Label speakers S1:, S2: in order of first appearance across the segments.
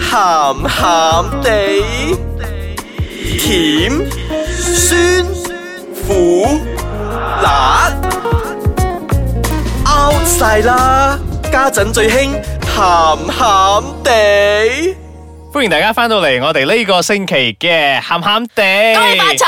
S1: 鹹鹹地，甜酸苦辣 out 晒啦！家陣最興鹹鹹地。
S2: 歡迎大家翻到嚟我哋呢個星期嘅鹹鹹地，
S3: 恭喜發財，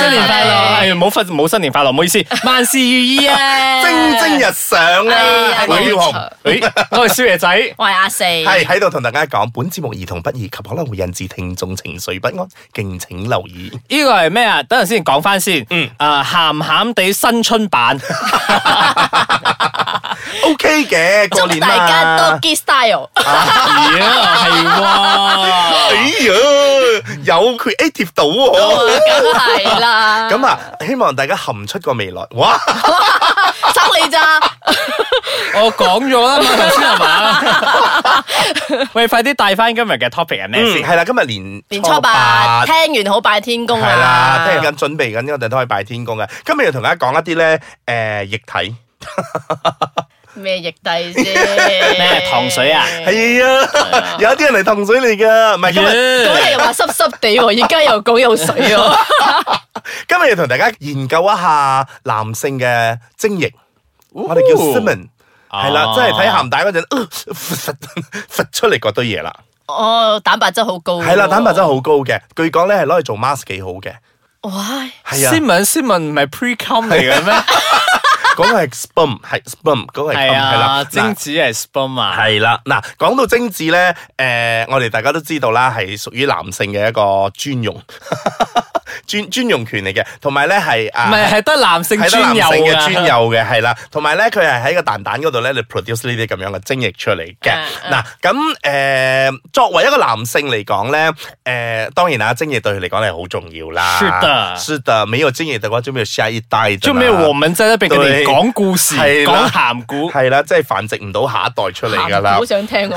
S2: 新年快樂！ 哎呀，冇發冇新年快樂，唔好意思，萬事如意啊！
S4: 蒸蒸日上
S3: 哎
S4: 啊！
S3: 呀哎
S4: 我要紅，
S2: 誒，我係少爺仔。
S3: 我係阿四，
S4: 係喺度同大家講，本節目兒童不宜及可能會引致聽眾情緒不安，敬請留意。
S2: 呢個係咩啊？等陣先講翻先。嗯。啊，鹹鹹地新春版，
S4: O K 嘅，過
S3: 祝
S4: 年
S3: 大家
S4: 啦
S3: 多。get style，
S2: 咦係
S4: 哎呀，有 creative 到
S3: 啊
S4: 喎。
S3: 梗係啦，
S4: 咁啊，希望大家含出個未來。哇！
S3: 生你咋？
S2: 喎，我講咗 啦嘛，頭先係嘛？喂，快啲帶翻今日嘅 topic 係咩
S4: 嗯，
S2: 先？
S4: 係啦，今日年
S3: 年初八聽完好拜天公
S4: 係啦，聽
S3: 啊！
S4: 緊準備緊，我哋都可以拜天公嘅。今日要同大家講一啲咧，誒液體
S3: 咩液帝先？咩
S2: 糖水啊
S4: 係啊，有一啲人嚟氹水嚟㗎，唔係今日。
S3: 嗰日又話濕濕地喎，而家又講有水喎，
S4: 今日要同大家研究一下男性嘅精液，我哋叫 semen，
S2: 哦
S4: 係啦，即係
S3: 啊
S4: 睇鹹帶嗰陣，呃佛佛出嚟嗰堆嘢啦，
S3: 哦，蛋白質好高，
S4: 係啦，
S2: 哦
S4: 蛋白質。好高嘅，據講咧係攞嚟做 mask 幾好嘅，
S3: 哇！
S4: 係
S2: 先
S4: 啊，
S2: 問先問唔係 pre com 嚟嘅 咩？
S4: 嗰個係 sperm，係 sperm，嗰個係 cum，
S2: 係
S4: 係
S2: 啊，
S4: 啦，
S2: 精子係 sperm 啊。
S4: 係啦，嗱，講到精子咧，誒、我哋大家都知道啦，係屬於男性嘅一個專用 專專用權嚟嘅，同埋咧係啊
S2: 唔。係，係得男性
S4: 係得
S2: 專
S4: 男
S2: 有啊
S4: 性嘅
S2: 㗎
S4: 專有嘅，係啦，同埋咧佢係喺個蛋蛋嗰度咧，你 produce 呢啲咁樣嘅精液出嚟嘅
S2: 啊
S3: 嗯。嗯
S4: 嗱，咁誒作為一個男性嚟講咧，誒當然啦，精液對佢嚟講係好重要啦。
S2: 是的
S4: 是的，沒有精液嘅話，就沒有下一代的啦。
S2: 就沒有我們在那邊跟你
S4: 對
S2: 講故事、
S4: 係
S2: 講
S4: 啦
S2: 鹹古，
S4: 係啦，即係繁殖唔到下一代出嚟㗎啦
S3: 好。想聽我，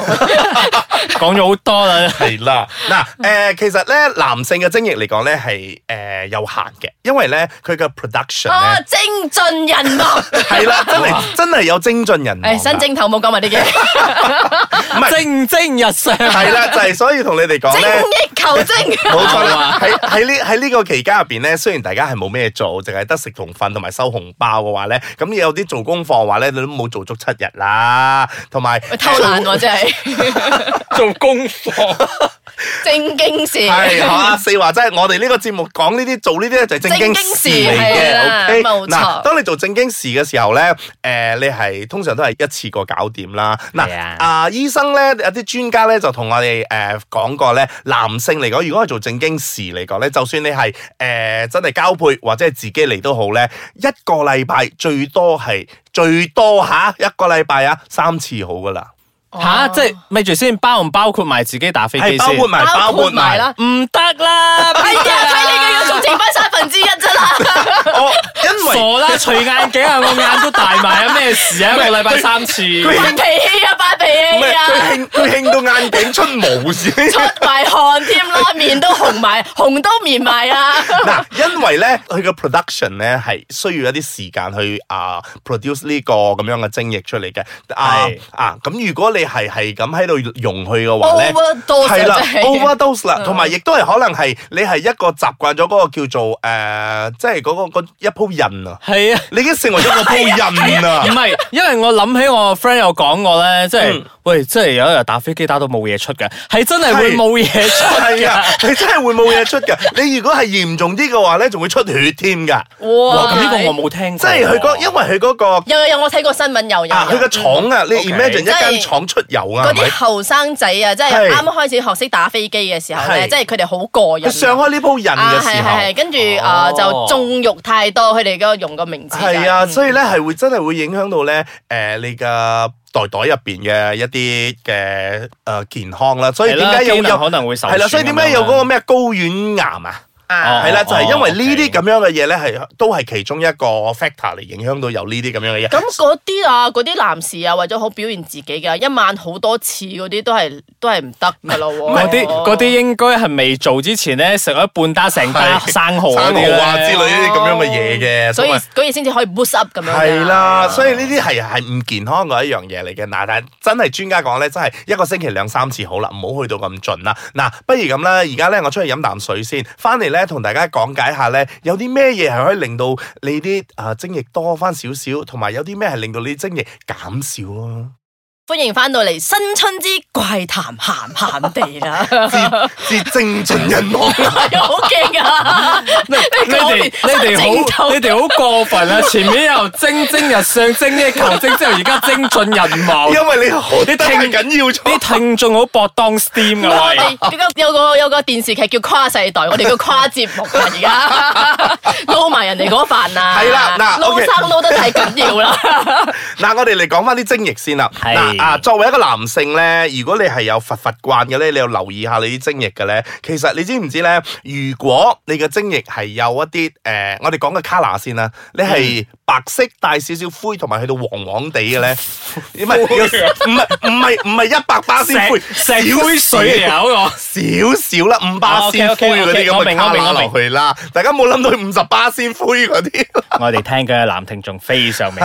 S2: 講咗好多啦。
S4: 係啦，嗱，誒，其實咧，男性嘅精液嚟講咧，係誒有限嘅，因為咧佢嘅 production
S2: 啊
S3: 哦
S4: 咧，
S3: 精盡人亡。
S4: 係啦，真係真係有精進人亡㗎，
S3: 誒，新正頭冇講埋呢啲嘢。
S4: 唔係，
S2: 蒸蒸日上，
S4: 係啦，就係所以同你哋講
S3: 精
S4: 咧。
S3: 益求精。
S4: 冇錯啦，喺喺呢喺呢個期間入邊咧，雖然大家係冇咩做，淨係得食同瞓同埋收紅包嘅話咧，咁有啲做功課嘅話咧，你都冇做足七日啦，同埋
S3: 喂偷懶喎，真係
S2: 做功課。
S3: 正經事。
S4: 係阿四話真係，我哋呢個節目講呢啲做呢啲咧就係正經事
S3: 正
S4: 嚟
S3: 經事係啦
S4: 嘅。
S3: 冇
S4: O
S3: 錯
S4: K，嗱，當你做正經事嘅時候咧，誒、你係通常都係一次過搞掂啦。嗱
S2: 係啊，
S4: 啊醫生咧有啲專家咧就同我哋誒講過咧，男性嚟講，如果係做正經事嚟講咧，就算你係誒、真係交配或者係自己嚟都好咧，一個禮拜最多係最多吓一個禮拜啊三次好噶啦，
S3: 哦
S2: 吓，即係咪住先？包唔包括埋自己打飛
S4: 係
S2: 機
S4: 包
S2: 先？
S4: 括埋包
S3: 包
S4: 括
S3: 括埋
S4: 埋
S3: 啦。
S2: 唔得啦，
S3: 哎
S2: 邊得
S3: 呀，
S2: 啊
S3: 睇你嘅樣仲剩翻三分之一啫啦。
S4: 哦，因為。
S2: 傻 啦！除眼鏡啊，我眼都大埋啊，咩事啊？一個禮拜三次，
S3: 發脾氣啊，發脾
S4: 唔係
S3: 氣啊，
S4: 佢興佢興到眼鏡出毛線。
S3: 出埋汗添啦，面都紅 埋，紅都面埋啊啦。
S4: 嗱，因為咧佢嘅 production 咧係需要一啲時間去啊 produce 呢個咁樣嘅精液出嚟嘅。啊
S2: 係
S4: 啊，咁如果你係係咁喺度用佢嘅話咧。
S3: Overdose
S4: 係啦
S3: 啊真係。
S4: ，overdose 啦，
S3: 嗯
S4: 同埋亦都係可能係你係一個習慣咗嗰個叫做誒、呃即係嗰、個嗰一鋪印啊，
S2: 係啊。
S4: 你已經成為咗個鋪印
S2: 唔
S4: 啊，
S2: 係，因為我諗起我 friend 有講過咧，即係
S4: 嗯
S2: 喂，即係有一日打飛機打到冇嘢出嘅，係真係會
S4: 係
S2: 冇嘢出
S4: 係啊
S2: 㗎。，
S4: 你真係會冇嘢出㗎。你如果係嚴重啲嘅話咧，仲會出血添㗎，
S2: 哇！咁呢個我冇聽過喎，
S4: 即係佢
S2: 哦
S4: 嗰因為佢嗰、個。
S3: 有有有，我睇過新聞有有。
S4: 啊！佢個廠啊，你
S2: 嗯 OK
S4: imagine
S3: 即
S4: 一間
S3: 係
S4: 廠出油啊，
S3: 嗰
S4: 係咪
S3: 啲？後生仔啊，即係
S4: 係
S3: 啱啱開始學識打飛機嘅時候咧，
S4: 係
S3: 即係佢哋好過癮
S4: 佢
S3: 啊。
S4: 上開呢鋪人
S3: 啊，
S4: 嘅時
S3: 係
S4: 候，
S3: 係係，跟住
S2: 哦
S3: 啊就縱慾太多，佢哋嗰個用個名字㗎
S4: 係啊，
S3: 嗯
S4: 所以咧係會真係會影響到咧誒你嘅袋袋入邊嘅一啲嘅誒健康啦。所以
S2: 係
S4: 點
S2: 啦，
S4: 解有
S2: 機能
S4: 有
S2: 可能會受
S4: 係啦？所以
S2: 損
S4: 點
S2: 咁
S4: 解
S2: 樣
S4: 有
S2: 啦
S4: 嗰個咩睾丸癌啊？
S3: 啊
S2: 哦
S4: 係啦，就係因為呢啲
S2: OK
S4: 咁樣嘅嘢咧，係都係其中一個 factor 嚟影響到有呢啲咁樣嘅嘢。
S3: 咁嗰啲啊，嗰啲男士啊，為咗好表現自己嘅，一晚好多次嗰啲都係都係唔得噶咯
S4: 哦
S3: 喎。
S2: 嗰啲嗰啲應該係未做之前咧，食咗半打成打
S4: 係
S2: 生蠔嗰
S4: 生
S2: 啲咧
S4: 蠔啊之類呢啲咁樣啊嘅嘢嘅，
S3: 所以
S4: 同埋
S3: 嗰嘢先至可以 boost up 咁樣㗎。
S4: 係啊啦，所以呢啲係係唔健康嘅一樣嘢嚟嘅。嗱，但係真係專家講咧，真係一個星期兩三次好啦，唔好去到咁盡啦。嗱，不如咁啦，而家咧我出去飲啖水先，翻嚟咧同大家講解下咧，有啲咩嘢係可以令到你啲啊精液多翻少少，同埋有啲咩係令到你啲精液減少啊咯。
S3: 歡迎翻到嚟新春之怪談鹹鹹地啦，
S4: 至至精盡人 亡。
S3: 係啊，好勁 啊！
S2: 你你
S3: 講完
S2: 哋你
S3: 真
S2: 哋
S3: 係
S2: 好
S3: 正
S2: 你哋好過分 啊！前面又蒸蒸日上，蒸呢求蒸之後，而家蒸盡人亡。
S4: 因為你好得太緊要
S2: 啲
S4: 咗。
S2: 聽眾好搏當 steam
S3: 我
S2: 噶
S3: 哋
S2: 喂，
S3: 而家有個有個電視劇叫跨世代，我哋叫跨節目啊， 而家撈埋人哋嗰飯啊，
S4: 係啦嗱
S3: 撈
S4: OK
S3: 生撈得太緊要啦。
S4: 嗱，我哋嚟講翻啲精液先啦。
S2: 係
S4: 嗱啊，作為一個男性咧，如果你係有佛佛慣嘅咧，你要留意下你啲精液嘅咧。其實你知唔知咧？如果你嘅精液係有一啲誒、呃我哋講嘅 colour 先啦，你
S2: 嗯
S4: 係白色帶少少灰，同埋去到黃黃地嘅咧， 唔係有唔係唔係唔係一百巴仙灰，
S2: 石石灰水嚟啊！嗰個
S4: 少少啦，五巴仙灰
S2: 哦
S4: 嗰啲咁
S2: ，OK，OK，OK，我
S4: 嘅
S2: 明我明
S4: colour
S2: 我明
S4: 落去啦。大家冇諗到五十巴仙灰嗰啲。
S2: 我哋聽緊嘅男聽眾非常明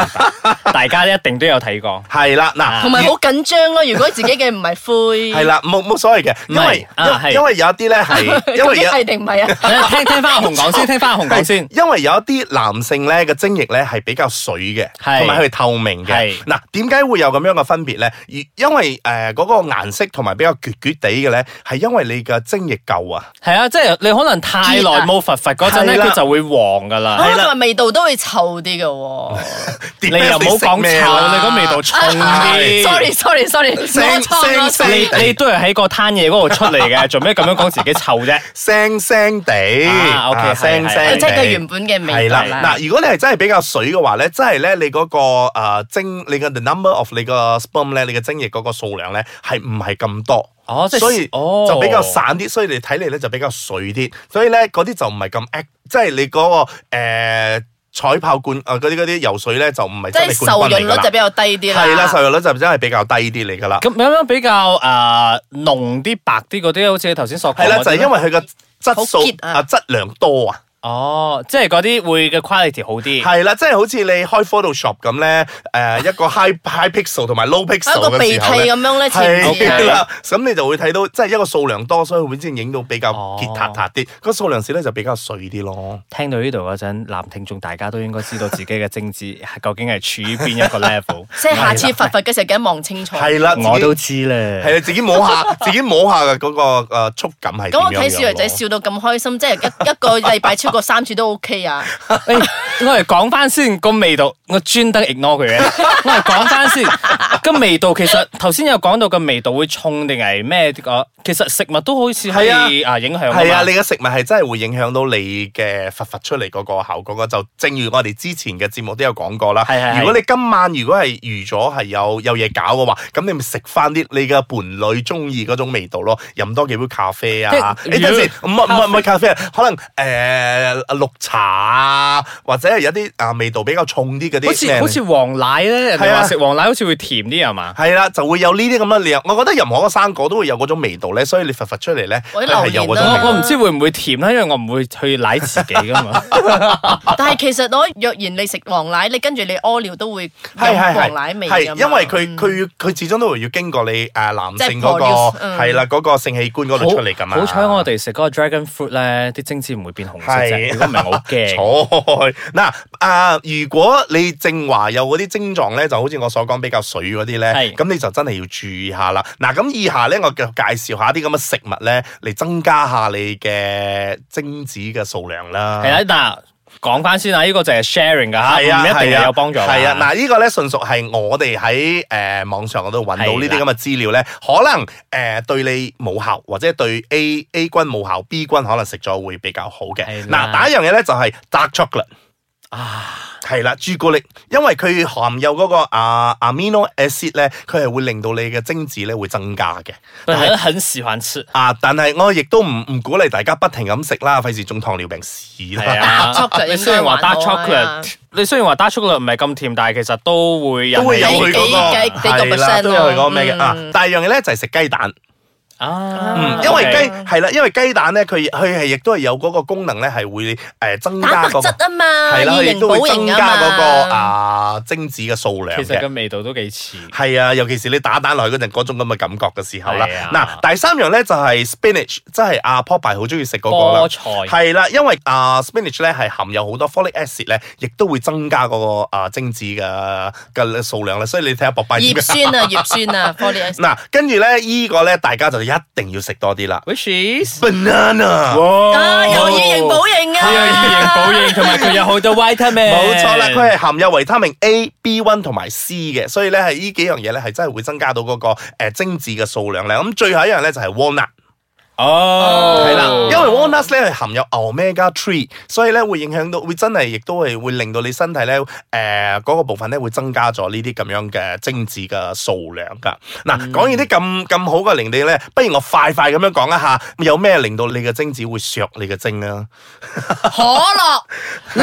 S2: 白，大家一定都有睇過。
S4: 係啦，嗱，
S3: 同埋好緊張咯。如果自己嘅唔係灰，
S4: 係啦，冇冇所謂嘅，因為
S2: 唔係啊
S4: 因
S2: 係
S4: 因為有一啲 咧係，因
S3: 究
S4: 為
S3: 竟
S4: 有
S3: 係定唔係啊？
S2: 聽聽翻阿紅講先，聽翻阿紅講先
S4: 係。因為有一啲男性咧嘅精液咧係比較水嘅，
S2: 係
S4: 同埋佢係透明嘅
S2: 係。
S4: 嗱，點解會有咁樣嘅分別咧？而因為誒嗰個顏色同埋比較橛橛地嘅咧，係因為你嘅精液夠啊。
S2: 係啊，即係你可能太耐冇佛佛嗰陣咧，
S4: 係啦
S2: 佢就會黃噶
S3: 啊
S2: 啦。
S3: 同埋味道都會臭啲嘅喎。
S2: 你又唔好講臭，你
S4: 啊
S2: 個味道重 啲。
S3: Sorry sorry sorry，我錯 我錯。
S2: 你
S4: 哎
S2: 你都係喺個攤嘢嗰度出嚟嘅，做咩咁樣講自己臭啫？
S4: 腥腥地
S2: 啊，OK，係係
S4: 腥腥
S2: 係
S3: 即係佢
S4: 地
S3: 原本嘅
S4: 係
S3: 味
S4: 啦
S3: 道，
S4: 嗱，如果你係真係比較水嘅話咧，真係咧你嗰、個呃精，你嘅 the number of 你個 sperm 咧，你嘅精液嗰個數量咧係唔係咁多？
S2: 哦即係
S4: 所以
S2: 哦
S4: 就比較散啲，所以你睇嚟咧就比較水啲，所以咧嗰啲就唔係咁 act，即係你嗰、個、呃、彩泡罐啊嗰啲嗰啲游水咧就唔係
S3: 即
S4: 真
S3: 係
S4: 係冠
S3: 受
S4: 軍
S3: 潤
S4: 嚟㗎
S3: 率就
S4: 啦
S3: 比。較低啲啦。
S4: 係啦，受孕率就真係比較低啲嚟㗎啦。
S2: 咁有冇比較誒濃啲、白啲嗰啲？好似你頭先所講
S4: 係啦，
S2: 嗰啲
S4: 就係因為佢嘅質
S3: 啊好
S4: 素
S3: 結啊
S4: 啊質量多啊。
S2: 哦，即係嗰啲會嘅 quality 好啲。
S4: 係啦，即係好似你開 Photoshop 咁咧，誒、一 個 high high pixel 同埋 low
S3: 一
S4: pixel
S3: 個
S4: 嘅
S3: 鼻
S4: 時
S3: 涕
S4: 候咧
S3: 咁。樣咧，前
S2: 似
S4: 係
S3: 面啊
S2: 係
S4: 啦，咁你就會睇到，即係一個數量多，所以會先影到比較
S2: 哦
S4: 結塔塔啲。個數量少咧就比較碎啲咯。
S2: 聽到呢度嗰陣，男聽眾大家都應該知道自己嘅精子係究竟係處於邊 一個 level。
S3: 即係下次佛佛嘅時候記得望清楚。
S4: 係啦，
S2: 我都
S4: 自
S2: 知
S4: 己
S2: 咧。
S4: 係啊，自己摸下，自己摸下嘅嗰個誒觸感係點
S3: 咁我
S4: 樣
S3: 睇
S4: 樣
S3: 小女仔
S4: 咯
S3: 笑到咁開心，即係一 一個禮拜超過三次都 OK 啊！
S2: 誒我嚟講翻先個味道，我專登 ignore 佢嘅。 我嚟講翻先個味道，其實頭先有講到個味道會重定係咩個？其實食物都好似可以
S4: 係
S2: 啊影響㗎嘛
S4: 係啊，你嘅食物係真係會影響到你嘅佛佛出嚟嗰個效果嘅。就正如我哋之前嘅節目都有講過啦。
S2: 係係係
S4: 如果你今晚如果係預咗係有有嘢搞嘅話，咁你咪食翻啲你嘅伴侶中意嗰種味道咯，飲多幾杯咖啡啊。
S2: 即係
S4: 你等陣先，唔
S2: 如
S4: 係唔係唔係咖啡啊，可能誒、呃綠茶啊，或者係有啲啊味道比較重啲嗰啲。
S2: 好似好似黃奶咧，人
S4: 係
S2: 哋
S4: 啊
S2: 話食黃奶好似會甜啲係嘛？
S4: 係啦，就會有呢啲咁嘅料。我覺得任何一個生果都會有嗰種味道咧，所以你佛佛出嚟咧，
S3: 或者
S4: 都係有
S3: 榴
S4: 嗰
S3: 蓮
S4: 種
S3: 啦
S4: 味
S2: 我
S4: 道。
S2: 我唔知會唔會甜啦，因為我唔會去奶自己噶 嘛。
S3: 但係其實我若然你食黃奶，你跟住你屙尿都會有
S4: 係係係
S3: 黃奶味啊㗎
S4: 係
S3: 嘛
S4: 因為佢佢佢始終都會要經過你誒呃男性嗰
S3: 即係 produce，
S4: 個
S3: 嗯
S4: 係啦嗰個性器官嗰度出嚟㗎嘛。
S2: 好彩我哋食嗰個 dragon fruit 咧，啲精子唔會變紅色
S4: 係啊
S2: 啫。如果唔係我好驚。
S4: 錯嗱啊！如果你正話有嗰啲症狀咧，就好似我所講比較水嗰啲咧，
S2: 係
S4: 咁你就真係要注意下啦。嗱，咁以下咧，我就介紹下啲咁嘅食物咧，嚟增加下你嘅精子嘅數量啦。
S2: 係啦，嗱，講翻先啊，呢個就係 sharing 噶吓，唔
S4: 啊係啊，
S2: 一定
S4: 係啊
S2: 係有幫助㗎。
S4: 係啊，嗱，呢個咧純屬係我哋喺誒網上嗰度揾到呢啲
S2: 係
S4: 咁嘅資料咧，可能誒、呃、對你冇效，或者對 A A 君冇效，B 君可能食咗會比較好嘅。
S2: 係
S4: 嗱，
S2: 啦
S4: 第一樣嘢咧就係 dark chocolate，
S2: 啊
S4: 係啦，朱古力，因為佢含有嗰個啊 amino acid 咧，佢係會令到你嘅精子咧會增加嘅。
S2: 但係很喜歡 吃，
S4: 啊，但係我亦都唔唔鼓勵大家不停咁食啦，費事中糖尿病屎啦。
S2: 係啊
S3: Dark chocolate
S2: 你雖然話
S3: 應該
S2: dark
S3: 還好啊
S2: chocolate，你雖然話 dark chocolate 唔係咁甜，但係其實都會
S4: 都會有
S2: 人
S3: 幾
S4: 佢嗰
S3: 幾
S4: 個
S3: 幾個
S4: 係
S3: percent
S4: 啦，都有佢嗰個咩嘅
S3: 咯
S4: 啊
S3: 嗯。
S4: 第二樣嘢咧就係食雞蛋，
S2: 啊，
S4: 嗯因為
S2: OK
S4: 雞係啦，因為雞蛋咧佢佢係亦都係有嗰個功能咧係會誒呃增加
S3: 蛋白
S4: 嗰
S3: 質
S4: 個
S3: 啊嘛，
S4: 係啦，
S3: 以
S4: 佢亦
S3: 形
S4: 都會
S3: 補
S4: 增
S3: 形
S4: 加嗰個
S3: 啊嘛。
S4: 啊精子嘅數量
S2: 其實個
S4: 嘅。
S2: 味道都幾似，
S4: 係啊，尤其是你打蛋落去嗰陣嗰種咁嘅感覺嘅時候啦
S2: 係。啊
S4: 嗱，第三樣咧就係 spinach，即係阿 Popeye 好中意食嗰個啦
S3: 哦
S2: 菠。菜
S4: 係啦，因為啊 spinach 咧係含有好多 folic acid 咧，亦都會增加嗰個啊精子嘅嘅數量啦。所以你睇下 Popeye 點
S3: 葉
S4: 樣
S3: 酸啊，葉酸 啊 f o l i
S4: 嗱，跟住咧，依個咧，大家就一定要食多啲啦。
S2: ，which is，
S4: banana，
S3: 啊，又以形補形啊，
S2: 哦佢有以形補形，同埋佢有好多 vitamin，
S4: 冇錯啦，佢係含有維他命 A、B one 同埋 C 嘅，所以咧係呢幾樣嘢咧係真係會增加到嗰、個、呃、精子嘅數量咧。咁最後一樣咧就係 walnut，
S2: 哦，
S4: 係啦，
S3: 哦
S4: 因為 walnut 咧係含有 omega three，所以咧會影響到，會真係亦都係會令到你身體咧誒嗰個部分咧會增加咗呢啲咁樣嘅精子嘅數量㗎。嗱、講完啲咁咁好嘅令你咧，不如我快快咁樣講一下，有咩令到你嘅精子會削你嘅精啊？
S3: 可樂、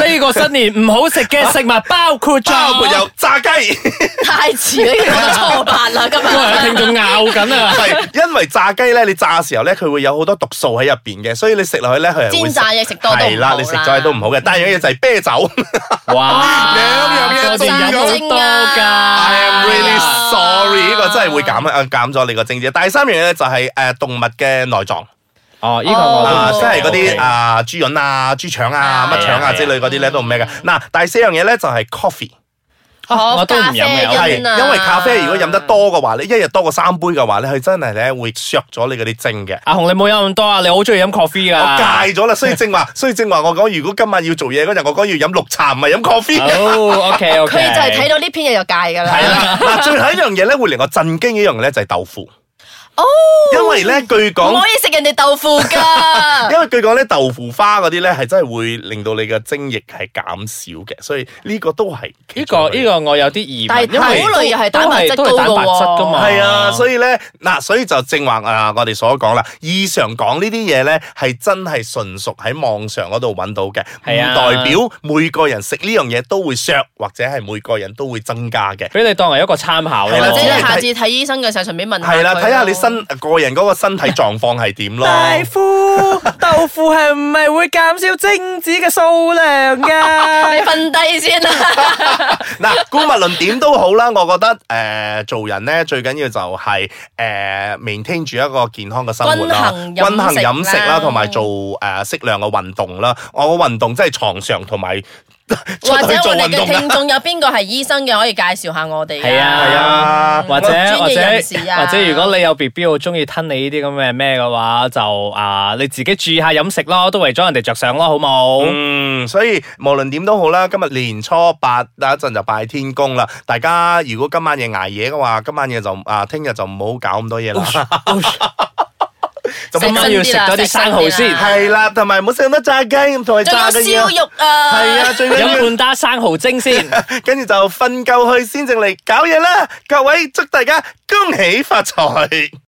S2: 呢個新年唔好食嘅食物包括咗，
S4: 包括有炸雞，係
S3: 太遲啦，已經講到初八啦， 今
S2: 因為有
S3: 日。
S2: 聽眾拗緊啊，
S4: 因為炸雞咧，你炸嘅時候咧，佢會有好多毒素喺入邊嘅，所以你食落去咧，佢係會
S3: 煎炸嘢食多都唔好啦
S4: 係啦，你食咗係都唔好嘅。第二樣嘢就係啤酒
S2: 哇，
S4: 兩樣
S2: 過
S4: 嘢
S2: 年飲好多㗎
S4: ，I am really
S3: 哎呀
S4: sorry，呢個真係會減啊減咗你個精子。第三樣嘢咧就係誒動物嘅內臟
S2: 哦，呢個我
S4: 啊，
S2: 都
S4: 即
S2: 識
S4: 係嗰
S2: OK
S4: 啲啊豬潤啊、豬腸啊、乜腸
S2: 係啊
S4: 啊之類嗰啲咧都唔咩嘅。嗱，第四樣嘢咧就係 coffee。
S3: 哦
S2: 我都唔飲嘅
S3: 咖啡因
S2: 我
S4: 係，
S3: 啊
S4: 因為咖啡如果飲得多嘅話咧，一日多過三杯嘅話咧，佢真係咧會削咗你嗰啲精嘅。
S2: 阿紅你冇飲咁多啊，你好中意飲 coffee 啊
S4: 我
S2: 㗎。
S4: 戒咗啦，所以 正話，所以正話我講，如果今晚要做嘢嗰陣，我講要飲綠茶，唔係飲 coffee。
S2: 哦，OK OK，
S3: 佢就係睇到呢篇嘢就戒㗎 啦。
S4: 係啦，嗱，最後一樣嘢咧，會令我震驚嘅一樣咧就係豆腐，
S3: 哦，
S4: 因為咧據
S3: 唔
S4: 講
S3: 可，以食人哋豆腐㗎。
S4: 因為據講咧豆腐花嗰啲咧係真係會令到你嘅精液係減少嘅，所以呢個都係
S2: 呢個呢個
S4: 個。
S2: 我有啲疑
S3: 但
S2: 問，
S3: 係
S2: 因為
S3: 豆類又係蛋白質
S2: 都係
S3: 高
S2: 蛋白質㗎
S3: 㗎
S2: 嘛，
S3: 喎
S4: 係啊，所以咧嗱，所以就正話啊，我哋所講啦，以上講呢啲嘢咧，係真係純屬喺網上嗰度揾到嘅，唔
S2: 係啊
S4: 代表每個人食呢樣嘢都會削，或者係每個人都會增加嘅。
S2: 俾你當為一個參考咯
S4: 係啦
S3: 或者
S4: 只係
S3: 你下次睇醫生嘅時候順便問下
S4: 係啦，
S3: 佢
S4: 睇下你
S3: 咯
S4: 身個人嗰個身體狀況係點咯。
S2: 夫，豆腐係唔係會減少精子嘅數量
S3: 你
S2: 噶？
S3: 瞓低先啦。
S4: 嗱，姑勿論點都好啦，我覺得誒、呃做人咧最緊要就係誒 maintain 住一個健康嘅生活啦，
S3: 均衡飲食啦
S4: 均衡飲食啦，同埋做誒適量嘅運動啦。我個運動真係床上同埋 出
S3: 或
S4: 去
S3: 者
S4: 做
S3: 我哋
S4: 運
S3: 嘅
S4: 動啊
S3: 聽
S4: 啦。
S3: 眾有邊個係醫生嘅，可以介紹下我哋㗎。
S2: 係啊
S4: 係啊，
S2: 或者
S3: 專業
S2: 或者
S3: 人士啊
S2: 或者，如果你有 B B 好中意吞你呢啲咁嘅咩嘅話，就啊你自己注意下飲食咯，都為咗人哋着想咯，好冇？
S4: 嗯，所以無論點都好啦，今日年初八嗱一陣就拜天公啦。大家如果今晚夜捱夜嘅話，今晚夜就啊，聽日就唔好搞咁多嘢啦。
S2: 咁今晚要食多啲生蠔先，
S4: 係啦，同埋唔好食咁多炸雞，同
S3: 仲
S4: 埋炸嘅嘢
S3: 有。燒肉啊！
S4: 係啊，最緊 要
S2: 飲半打生蠔精先。
S4: 跟住就瞓夠去先正嚟搞嘢啦！各位祝大家恭喜發財！